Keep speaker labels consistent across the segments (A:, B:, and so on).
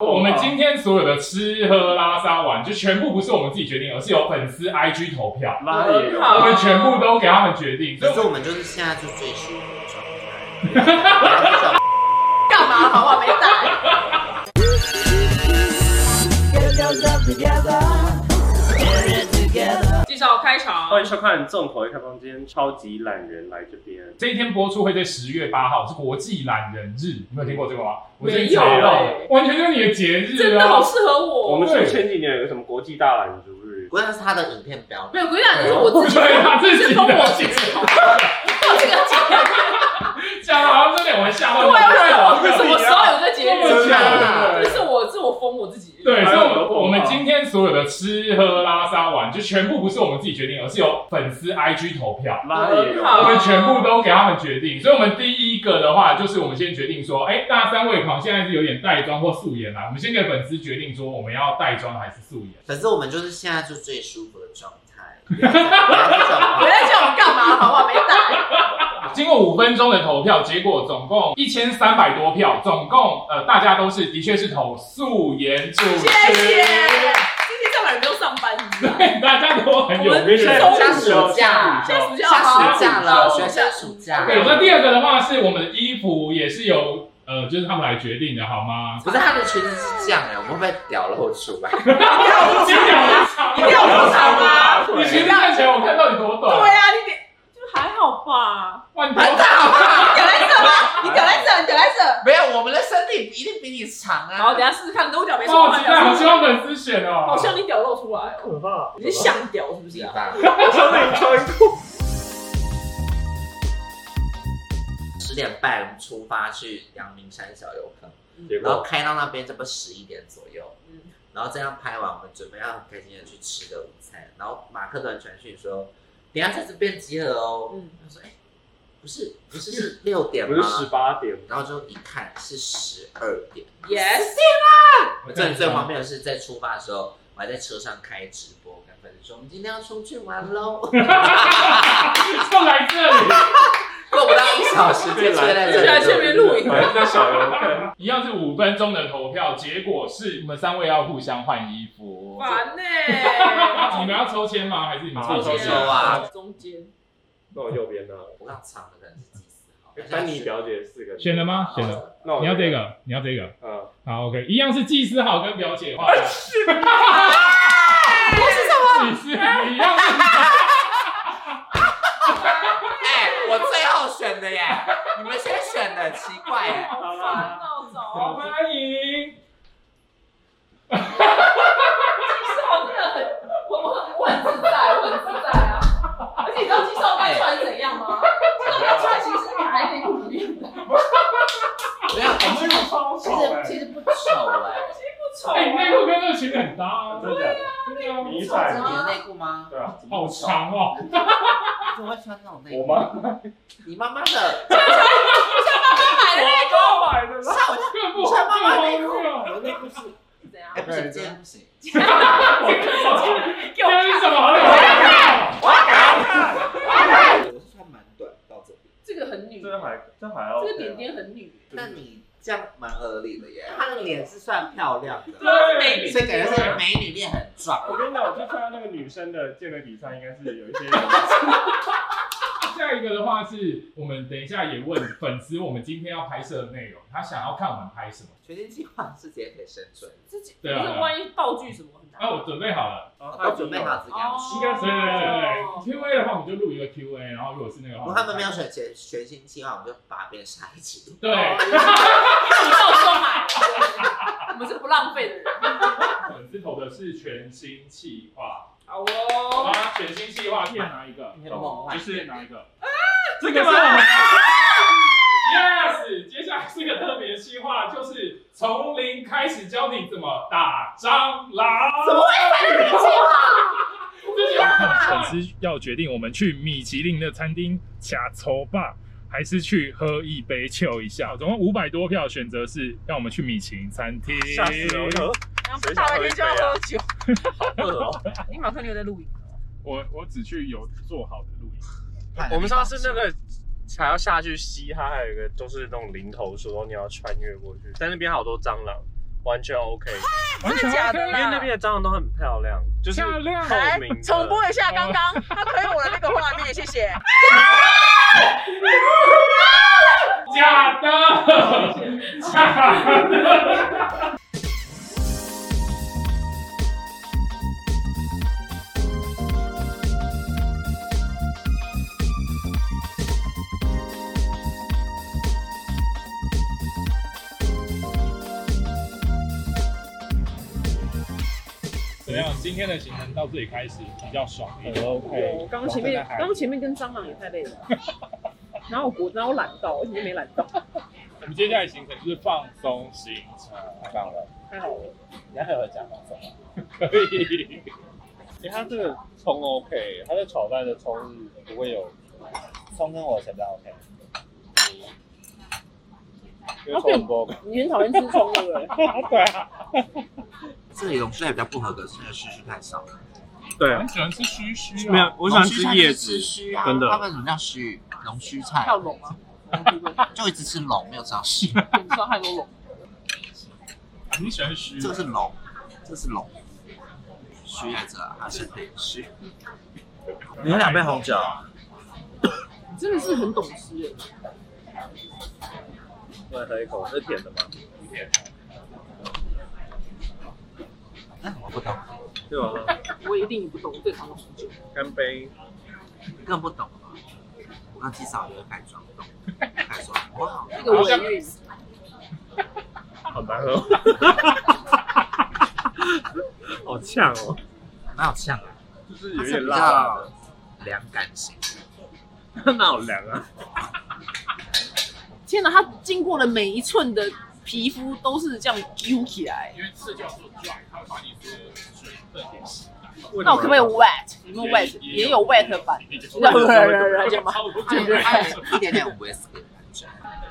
A: 我们今天所有的吃喝拉撒玩，就全部不是我们自己决定，而是有粉丝 IG 投票，
B: 妈耶！
C: 很
A: 我
C: 好
A: 们全部都给他们决定。所以
D: 可
A: 我
D: 是我们就是现在就最舒服的状态。
C: 干嘛？好不好？没打。介绍开场，
B: 欢迎收看《重口一开房间》，超级懒人来这边。
A: 这一天播出会在十月八号，是国际懒人日，你有听过这个吗？我最
C: 没
A: 近
C: 有
A: 查到
C: 欸
A: 完全就是你的节日
C: 真的好
A: 啊！
C: 适合我。
B: 我们是不是前几年有个什么国际大懒族日，
D: 不过那是他的影片标
C: 没有，我跟你讲，就是哎我自己，
A: 对啊他自己的
C: 是跟我自己，我这个节日，
A: 讲的好像真的我吓到
C: 我也不知道
A: 你
C: 我。什么时候有这节
A: 真
C: 日
A: 的假
D: 的
C: 这是我，是我封我自己。
A: 啊对，所
B: 还有
A: 以
B: 很多
A: 我我们
B: 广告
A: 今天所有的吃喝拉撒玩，就全部不是我们自己决定，而是有粉丝 IG 投票。
B: 妈耶！
C: 很好
A: 我们全部都给他们决定，所以我们第一个的话，就是我们先决定说，哎、大家三位好像现在是有点带妆或素颜啦，我们先给粉丝决定说我们要带妆还是素颜。
D: 可是我们就是现在就最舒服的状态。不要那
C: 回
D: 种
C: 来叫我干嘛？好不好？没打。
A: 经过五分钟的投票，结果总共一千三百多票，总共呃大家都是的确是投素颜主持，
C: 谢谢。今天上班人没有上班，你知道吗
A: 对，大家都很有
C: 我
A: 面
C: 们
A: 子。
C: 收
D: 下暑假，
C: 现在暑假
D: 下
C: 好
D: 暑假了，
C: 好
D: 学校暑假。
A: 对，那第二个的话是我们的衣服也是由呃就是他们来决定的，好吗？
D: 不是他的裙子是这样哎，我们会不会屌露出来？
A: 你讲得长，
C: 一定要有长啊！
A: 你裙子看起来我看到你多短，
C: 对啊，你得就还好吧。
A: 哇，你多
D: 很大好不好？
C: 你啊来整吧，你脚来整，你脚来整。
D: 没有，我们的身体一定比你长
C: 然后
D: 啊
C: 等。一下试试看，跟我脚没
A: 哇，
C: 说
A: 好
C: 话
A: 期待，好希
C: 讲。
A: 望粉丝选哦。
C: 好像你屌露出来哦，
B: 可怕！
C: 你是像屌是不是
D: 是
C: 啊？
D: 吧？
B: 我穿内穿裤。
D: 十点半我们出发去阳明山小游客，
B: 结
D: 然后
B: 果
D: 开到那边差不多十一点左右，
C: 嗯
D: 然后这样拍完，我们准备要很开心的去吃个午餐。然后马克突然传讯说：“等一下在这边集合哦。
C: 嗯”
D: 他说：“哎、不是，不是 是六点
B: 不是十
D: 吗
B: 八点？”
D: 然后就一看是十二点。
C: 嗯，yes，
D: 我真的最荒谬的是，在出发的时候，我还在车上开直播，跟粉丝说：“我们今天要出去玩 喽！”
A: 送来这里，
D: 过不到一小时就出现在
C: 就来这
D: 这里
C: 边录影，
B: 反正在哎小游客。
A: 一样是五分钟的投票，结果是你们三位要互相换衣服。
C: 烦呢。
A: 你们要抽签吗？还是你们
B: 好
A: 自己
D: 抽签啊，
C: 中间
B: 那我右 边呢？
D: 我刚藏的可能是几十号，
B: 丹尼表姐四个。
A: 选了吗？选了。
B: 那我
A: 你要这？个，你要这个，
B: 嗯。
A: 好，OK，一样是技师好跟表姐换。不是什么？你是一样是
D: 哎、我最后选 的耶，你们先选的，奇怪耶。
C: 好烦哦，走。
A: 好欢迎。
C: 季少真的哦很，我我很我很自在，我很自在啊。而且你知道季少该穿怎样吗？季少该穿其实是卡在内裤里面的，
D: 没有，哎我们
B: 超
D: 其实其实不丑哎、
C: 其实不丑啊。
A: 哎，你内裤跟这个裙子很搭啊。
B: 真的
A: 对啊，
B: 迷
C: 怎
B: 彩
C: 么
D: 你的内裤吗？
B: 对啊，
A: 好长哦。
D: 怎么会穿这种内裤？
B: 我？妈
D: 你妈妈的，
C: 哎买的内裤
B: 妈买的啦。
D: 像我
A: 这个不啊
D: 就穿妈妈内
A: 不
D: 裤，
A: 好
D: 我的内裤是，
C: 怎样
D: 哎、？不行，今天不行。
C: 给
A: 这
C: 我
A: 是
C: 看
A: 什么好看？
D: 我是穿蛮短到这边，
C: 这个很女，
B: 这
C: 这
B: 还这还啊要。
C: 个点。点很女，
D: 那你这样蛮合理的耶。她的脸是算漂亮的，
C: 这是美女
D: 所以感觉是美女脸很壮。
B: 我跟你讲，我去参加那个女生的健美比赛，应该是有一 些人。
A: 下一个的话是我们等一下也问粉丝，我们今天要拍摄的内容，他想要看我们拍什么？
D: 全新计划是直接可以生存，
C: 自己，
A: 对啊
C: 可是万一爆剧什么很
A: 啊，
C: 难。
A: 我准备好了。
B: 然后
D: 我都准备好这个样子。
C: 哦
A: 应该是对对对对 Q A 的话，我们就录一个 Q A，然后如果是那个的话，
D: 如果他们没有选全全新计划，我们就把它变成下一期。
A: 对，
C: 哦你到时候买，我们是 不浪费的人。
A: 粉丝投的是全新企划，
C: 好
A: 好
C: 哦，
A: 吧，全新企划片哪一个？
D: 哦梦幻
A: 就是哪一个？这个是我们。Yes，接下来这个特别企划就是从零开始教你怎么打蟑螂。怎么会 粉丝要决定我们去米其林的餐厅掐抽吧，还是去喝一杯 chill 一下？总共五百多票，选择是让我们去米其林餐厅。
B: 吓死了！我想说哦
C: 然
B: 后大白天就要喝
C: 酒，你马上就在录影。
A: 我我只去有做好的录音。
B: 我们上次那个还要下去嘻哈，还有一个就是那种林头说你要穿越过去，但那边好多蟑螂，完全 OK，
A: 完全
C: 真的假的
A: OK
C: 啦
B: 因为那边的蟑螂都很漂亮，就是
A: 漂亮
B: 透
C: 来
B: 明的。
C: 哎重播一下刚刚他推我的那个画面，谢谢。
A: 假的，假的。怎么样？今天的行程到这里开始比较爽一点。
C: 我刚刚前面刚刚前面跟蟑螂也太累了，然后我果然后我懒到，我怎么没懒到？
A: 我们接下来行程就是放松行程，
D: 太棒了，
C: 太好了，
D: 你还有讲放松吗？
A: 可以。
B: 哎、它这个葱 OK，它的炒饭的葱是不会有，
D: 葱跟我前比较 OK，
B: 因为葱很不 OK。
C: 你很讨厌吃葱对不对？
B: 对啊，
D: 这里龙须菜比较不合格，是因为须须太少了。
B: 对
A: 很喜欢吃须须、啊，
B: 没有，我喜欢吃叶
D: 龙须菜就是吃
B: 子，
D: 须啊，
B: 真的
D: 他们怎么叫须？龙须菜
C: 还有龙啊，对不对？
D: 就一直吃龙，没有吃到须。
C: 你知道还有龙，
A: 你喜欢须
D: 这个是龙，这是龙，须在这啊，还是得须。你喝两杯红酒，
C: 你真的是很懂吃耶。
B: 我来喝一口，是甜的吗？
D: 嗯，我不懂，
B: 对吧？
C: 我一定不懂，我最讨厌红酒。
B: 干杯！
D: 更不懂了。我刚至少有改装懂，改装我好。啊
C: 那个尾韵，
B: 好难喝， 好呛哦，
D: 蛮好像的，
B: 就是
D: 它
B: 有
D: 是
B: 点
D: 比
B: 辣，
D: 较凉感型。
B: 那好凉啊！
C: 天哪，它经过了每一寸的皮肤都是这样揪起来。
A: 因为赤脚所拽，它会把你的水分给吸。
C: 那我可不可以 wet？有没有 wet？也有 wet 版。
A: 然 后
C: 而且嘛，
D: 就是它有一点点 whisky 的感觉。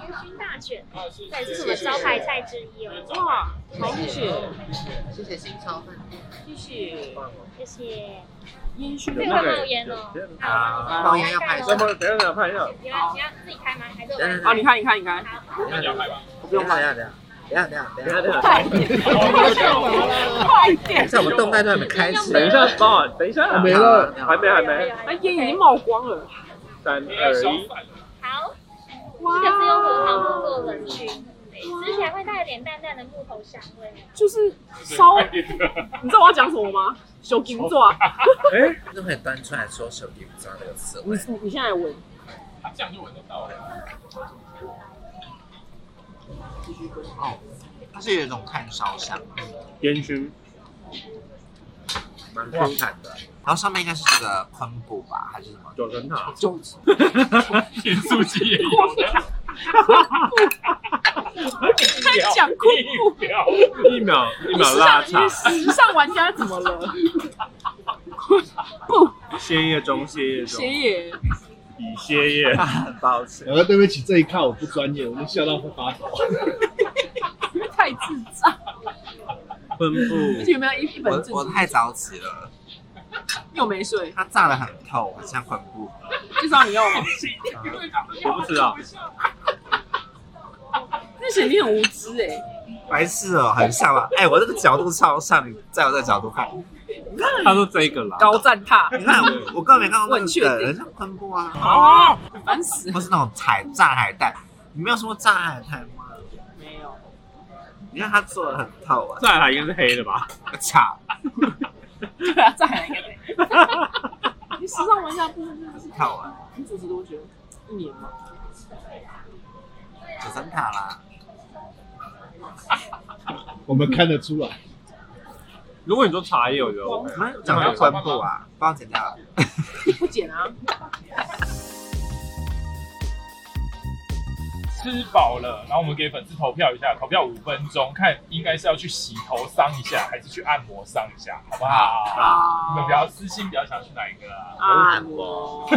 E: 烟熏大卷，对，啊这是我的招牌菜之一哦。
C: 哇，好谢谢，
D: 谢谢新超饭店
C: 谢谢。
E: 谢谢。
C: 烟 熏
E: 这个会冒烟哦。
D: 啊，
E: 冒
D: 冒烟要拍照
B: 那，么等一下等一下拍一下，
E: 你要你要自己开吗？还是我
D: 等等
C: 啊，
E: 帮
C: 你看，你看，你看，
E: 好，
A: 那你要拍吧。
D: 不用拍，等一下等一下等
B: 等一
D: 一下
B: 下
D: 等
B: 等
D: 一
B: 一
D: 下
B: 下，
C: 快点，快点！
D: 像我们动态都还没开始，
B: 等一下帮我，等一下，
D: 没了
B: 还没还没，
C: 那哎烟已经冒光了，
B: 三
A: 要
B: 二
A: 小
B: 一，
A: 反
E: 好，这个是用很好的做冷熏，对，吃起来会带有点淡淡的木头香味。
C: 就是烧。
A: 的。
C: 你知道我要讲什么吗？小金爪，
B: 哎，
D: 就可以端出来说手机不知道这个词
C: 你
D: 汇。
C: 你你现在闻，
A: 它这样就闻得到了。
D: 哦，它是有一种炭烧香，
B: 烟 熏，
D: 蛮舒坦的。然后上面应该是这个昆布吧，还是什么？
B: 九层塔，
D: 就
A: 盐酥鸡也有的。
F: 哎
C: 在讲昆布
A: 一秒
B: 一秒一
C: 你
B: 秒
C: 时
B: 辣
C: 尚
B: 茶
C: 你，时尚玩家怎么 了？
B: 歇业中歇业中
C: 谁，也
B: 已歇业，抱歉，
F: 然后对不起，这一看我不专业，我就笑到会发抖。
C: 太智障，
B: 昆
C: 而
B: 布
C: 且有没有一一本
D: 我
C: 正
D: 我
C: 经
D: 太早起了，
C: 又没睡，
D: 它炸得很透，很像昆布。
C: 介绍你要吗？
B: 我不知道，
C: 那显得你很无知哎，
D: 白痴哦，很像吧？哎，我这个角度超像，你在我这个角度看，
B: 他说这个啦，
C: 高赞他，
D: 你看我
C: 嗯
D: 我根本没看过
C: 我很
D: 那
C: 确
D: 个，
C: 定
D: 很像昆布啊，
C: 哦，烦死
D: 不
C: 了，
D: 是那种海炸海带。你没有吃过炸海带吗？
C: 没有，
D: 你看它做的很透啊，
B: 再来应该是黑的吧？
D: 我操，
C: 对啊，再来一个对，你时尚玩家部分真的是
D: 很，透啊，
C: 你主持多久？一年吗？
D: 九层塔啦。
F: 我们看得出来，
B: 如果你说茶叶，我觉得 OK。
D: 我们讲到昆布啊，帮我剪掉。
C: 不剪啊，
A: 吃饱了，然后我们给粉丝投票一下，投票五分钟，看应该是要去洗头桑一下，还是去按摩桑一下，好不好？你们
C: 啊
A: 比较私心，比较想去哪一个啊？
C: 按摩，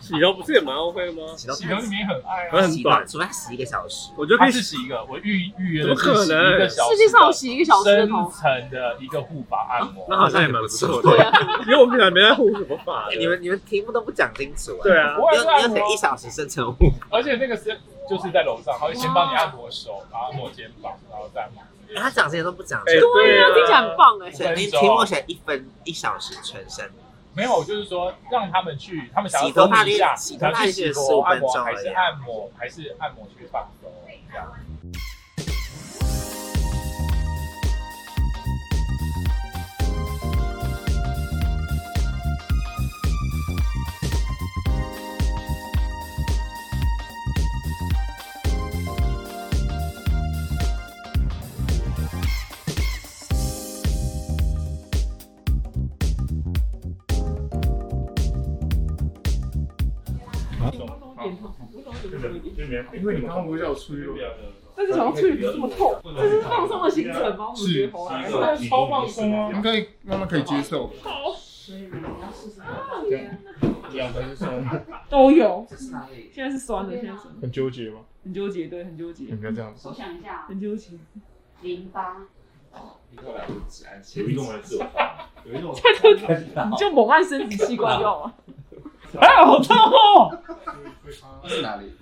B: 洗头不是也蛮 OK 吗？
D: 洗头
A: 洗头你们也很爱
B: 我
A: 啊。
B: 很
D: 洗
B: 短
D: 头，除非它洗一个小时。
B: 我觉得可
A: 他
B: 以
A: 是
B: 洗，
A: 洗一个，我预预约
B: 怎
A: 的
B: 么
A: 是
B: 可
A: 洗
B: 能
A: 一个小时
C: 世
A: 的
C: 界上有洗一个小时的
A: 深
C: 头，
A: 层的一个护发按摩。
B: 那好像也蛮不错
C: 对
B: 的
C: 啊，
B: 因为我们本来没在护什么法的。
D: 你们你们题目都不讲清楚啊。
B: 对啊
A: 不，会
D: 要
A: 是按
D: 要
A: 摩
D: 等，一小时生成物。
A: 而且那个是就是在楼上，他会先帮你按摩手，然后按摩肩膀，然后再按摩。
D: 哎他讲这些都不讲
B: 哎
D: 这个，
C: 对啊，
B: 对啊
C: 听起来很棒哎。
D: 所以你题目写一分一小时全身，
A: 没有，就是说让他们去，他们想要
D: 洗头
A: 公益
D: 大
A: 一下，
D: 洗头
A: 想要
D: 大
A: 去
D: 约
A: 洗
D: 15
A: 头、按摩
D: 分钟
A: 还是
D: 而已啊
A: 按摩，还是按摩去放松这样。因为你刚刚不是要出去
C: 但是想要去这么痛，这是放松的行程吗？我们觉得好玩，
A: 超放松啊！
G: 应该慢慢可以接受。
B: 两 分钟，
C: 都有。
D: 这是哪里？
C: 现在是酸的，现在是酸的
B: 很纠结吗？
C: 很纠结，对，很纠结，
G: 嗯
B: 不要这样子，
H: 我想一下，啊
C: 很纠结。
H: 淋巴，
D: 一个来不及安心。
G: 有
I: 哦
G: 一种
C: 你就猛按生殖器官就好了。哎，好痛哦！
D: 是哪里？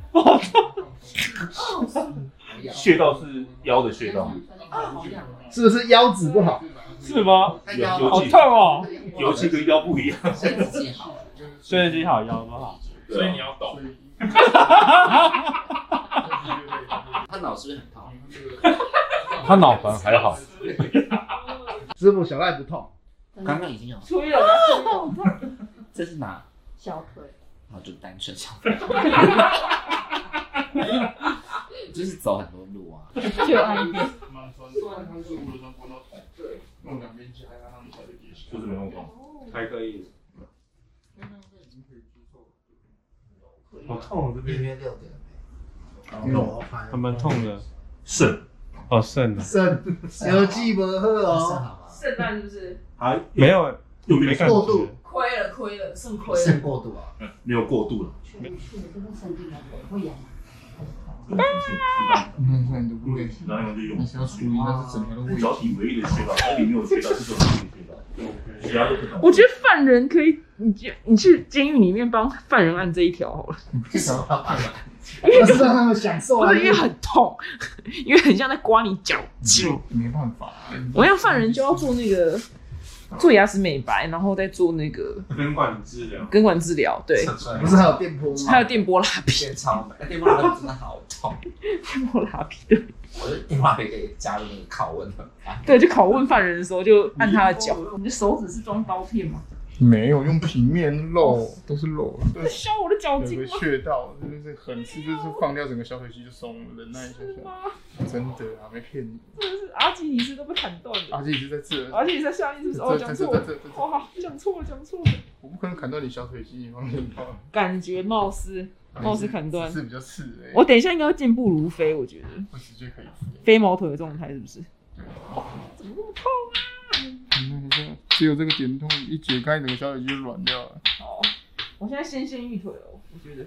G: 穴道是腰的穴道，
H: 啊，好痒哦，
F: 是不是腰子不好？
G: 是吗？
D: 那
G: 有
D: 腰
G: 有
C: 好
G: 几
C: 痛哦！
G: 尤其跟腰不一样，
D: 身体记好了，
G: 虽然筋好腰不好，
A: 所以你要懂，
D: 他脑是不是很痛？
G: 他脑反而还好，
F: 师傅小赖不痛，
D: 刚刚已经有，
C: 吹了吧，吹了
D: 这是哪？
H: 小腿，
D: 然后就单纯想，就是走很多路啊。
H: 就按一遍，
G: 就是没有痛，还可以。好痛，这
D: 约六点，
F: 我拍
G: 还蛮痛的，肾，哦肾的，
F: 肾有记不好
D: 是
F: 哦，
D: 好吗？
I: 圣诞是不是
G: 还没有，又没
F: 过度，
I: 亏了亏了，肾亏
D: 肾
I: 了？
D: 过度啊，
G: 没有过度了。
H: 去去的跟神经来会痒吗？
G: 嗯，然后就用
D: 你想属于那是整个都
G: 脚底唯一的穴道，脚底没有穴道，是脚底的穴道，其他都不同。
C: 我觉得犯人可以，你去你去监狱里面帮犯人按这一条好了，
D: 为什么要按摩？
F: 那是让他们享受
C: 不
F: 啊。
C: 是因为很痛， 因为很像在刮你脚筋。
G: 没办法，
C: 我要犯人就要做那个做牙齿美白，然后再做那个
G: 根管治疗。
C: 根管治疗，对，
F: 不是还有电波吗？
C: 还有电波拉皮，
D: 变超美，电话那真的好痛，
C: 电波拉皮，对，
D: 我的电话可以加入那个拷问了。
C: 对，就拷问犯人的时候就按他的脚。你的手指是装刀片吗？
G: 没有用平面肉，都是肉。
C: 在削我的脚
G: 有
C: 筋
G: 个
C: 吗？
G: 穴道就是很刺，就是放掉整个小腿肌就松了，忍耐一下
C: 是
G: 下。
C: 吗？
G: 真的啊，没骗你。
C: 真的是阿基里斯都被砍断了。
G: 阿基一直在这，
C: 而且你在下意识说哦，
G: 这
C: 讲
G: 这这
C: 错了，
G: 这这这，
C: 哇，讲错了，讲错了，
G: 我不可能砍断你小腿肌，你放心吧。
C: 感觉貌似貌似砍断。
G: 是比较刺哎、
C: 我等一下应该会健步如飞，我觉得
G: 我直接可以。
C: 飞毛腿的状态是不是？
G: 嗯你看一下，只有这个点痛一解开，整个小腿肌就软掉了。
C: 哦，我现在纤纤玉腿哦，我觉得。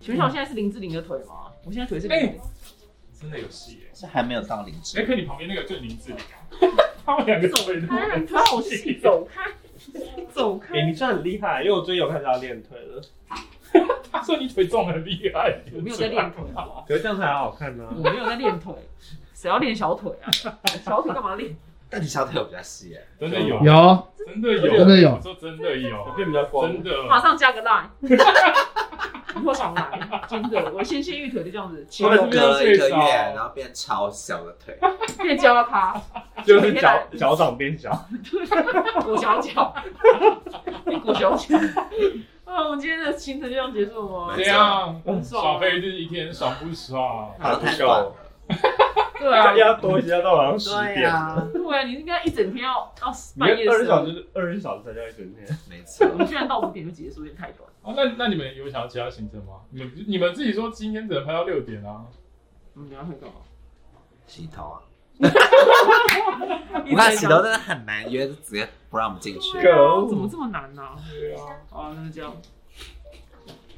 C: 请问一下，我现在是林志玲的腿吗？我现在腿是林志玲，
A: 真的有戏耶！
D: 这还没有到零
A: 哎，
D: 时，
A: 可你旁边那个就是林志玲啊， 他们两个都没那么
C: 她好细，走开，走开！
G: 哎你算很厉害，因为我最近有看到练腿了，
A: 他说你腿重很厉害，
C: 我没有在练腿，好不好？
G: 可是这样才好看呢、
C: 我没有在练腿，谁要练小腿啊？小腿干嘛练？
D: 但你小腿有比较细耶。
A: 真的有，
F: 有，
A: 真的有，
F: 真的有
A: 我说真的有，
G: 比较
A: 真
C: 马
A: 的。
C: 上加个 line，你多少来？真的，我纤纤玉腿就这样子，骑楼
D: 隔一个月，然后变超小的腿，
C: 变教到他，
G: 就是脚脚掌变小，
C: 裹小脚， 你裹小脚。啊，我们今天的行程就这样结束了吗
A: 这？样
C: 很爽
A: 小
C: 啊，
A: 费日一天爽不爽？
D: 好像 太短了。
C: 对啊，
G: 要多一些，到晚上
D: 对啊，
C: 对啊，你应该一整天要要
G: 你
C: 半夜
G: 二十
C: 十
G: 小
C: 二，
G: 时，二十小时才叫一整天。
D: 没错
C: 我。们居然到五点就结束，有点太短。
A: 哦，那那你们有想要其他行程吗？你们你们自己说今天只能拍到六点啊，
C: 我们等一下会干嘛？
D: 洗头啊，
C: 一整
D: 我看
C: 天
D: 洗头真的很难约，就直接不让我们进去。
C: 对啊怎么这么难呢？
A: 对啊，
C: 好啊，那就这样。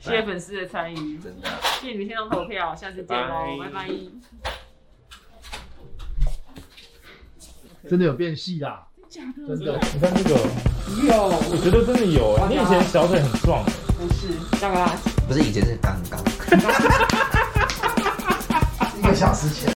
C: 谢谢粉丝的参与，
D: 真的。
C: 谢谢你们线上投票，下次见喽，拜
A: 拜
C: 拜。
F: 真的有变细啦，
C: 假的
F: 真的。
A: 你看这个有，我觉得真的有，你以前小腿很壮。
C: 不是，加个拉
D: 不是以前是刚刚。
F: 一个小时前。